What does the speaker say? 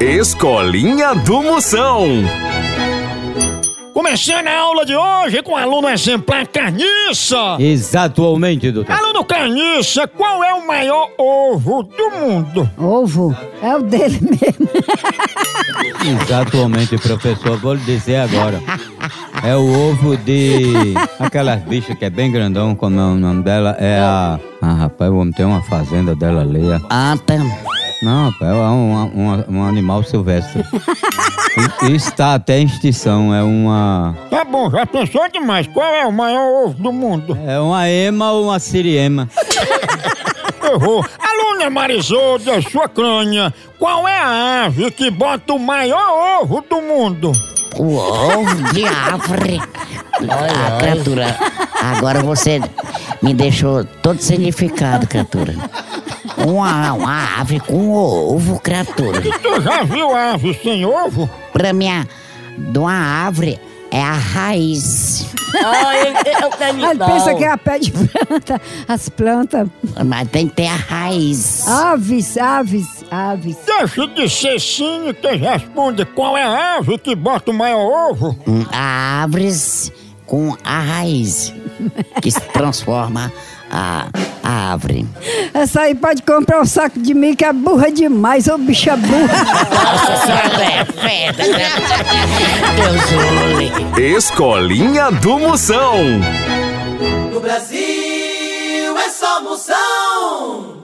Escolinha do Moção. Começando a aula de hoje com o aluno exemplar Carniça. Exatamente, doutor. Aluno Carniça, qual é o maior ovo do mundo? Ovo é o dele mesmo. Exatamente, professor. Vou lhe dizer agora. É o ovo de. Aquelas bichas que é bem grandão, como é o nome dela? É a. Ah, rapaz, o homem tem uma fazenda dela ali. ó. Ah, Não, rapaz, é um, um- um animal silvestre. E- e está até em extinção. É uma. Tá bom, já pensou demais. Qual é o maior ovo do mundo? É uma ema ou uma siriema? Errou. Aluna Marisolda, sua crânia, qual é a ave que bota o maior ovo do mundo? O ovo de árvore. Olha, a criatura. Agora você me deixou todo significado, criatura. Uma, uma ave com ovo, criatura. Tu já viu ave sem ovo? Pra mim, a- de uma árvore é a raiz. Ele pensa que é a pé de planta, as plantas. Mas tem que ter a raiz. Aves, aves, aves. Deixa de ser cínica e responde qual é a ave que bota o maior ovo? Hum, A árvores com a raiz. Que se transforma a, a árvore. Essa aí pode comprar um saco de milho que é burra demais, ô bicha burra. Nossa senhora é feda, né? Deus o livre. Escolinha do Moção. No Brasil é só moção.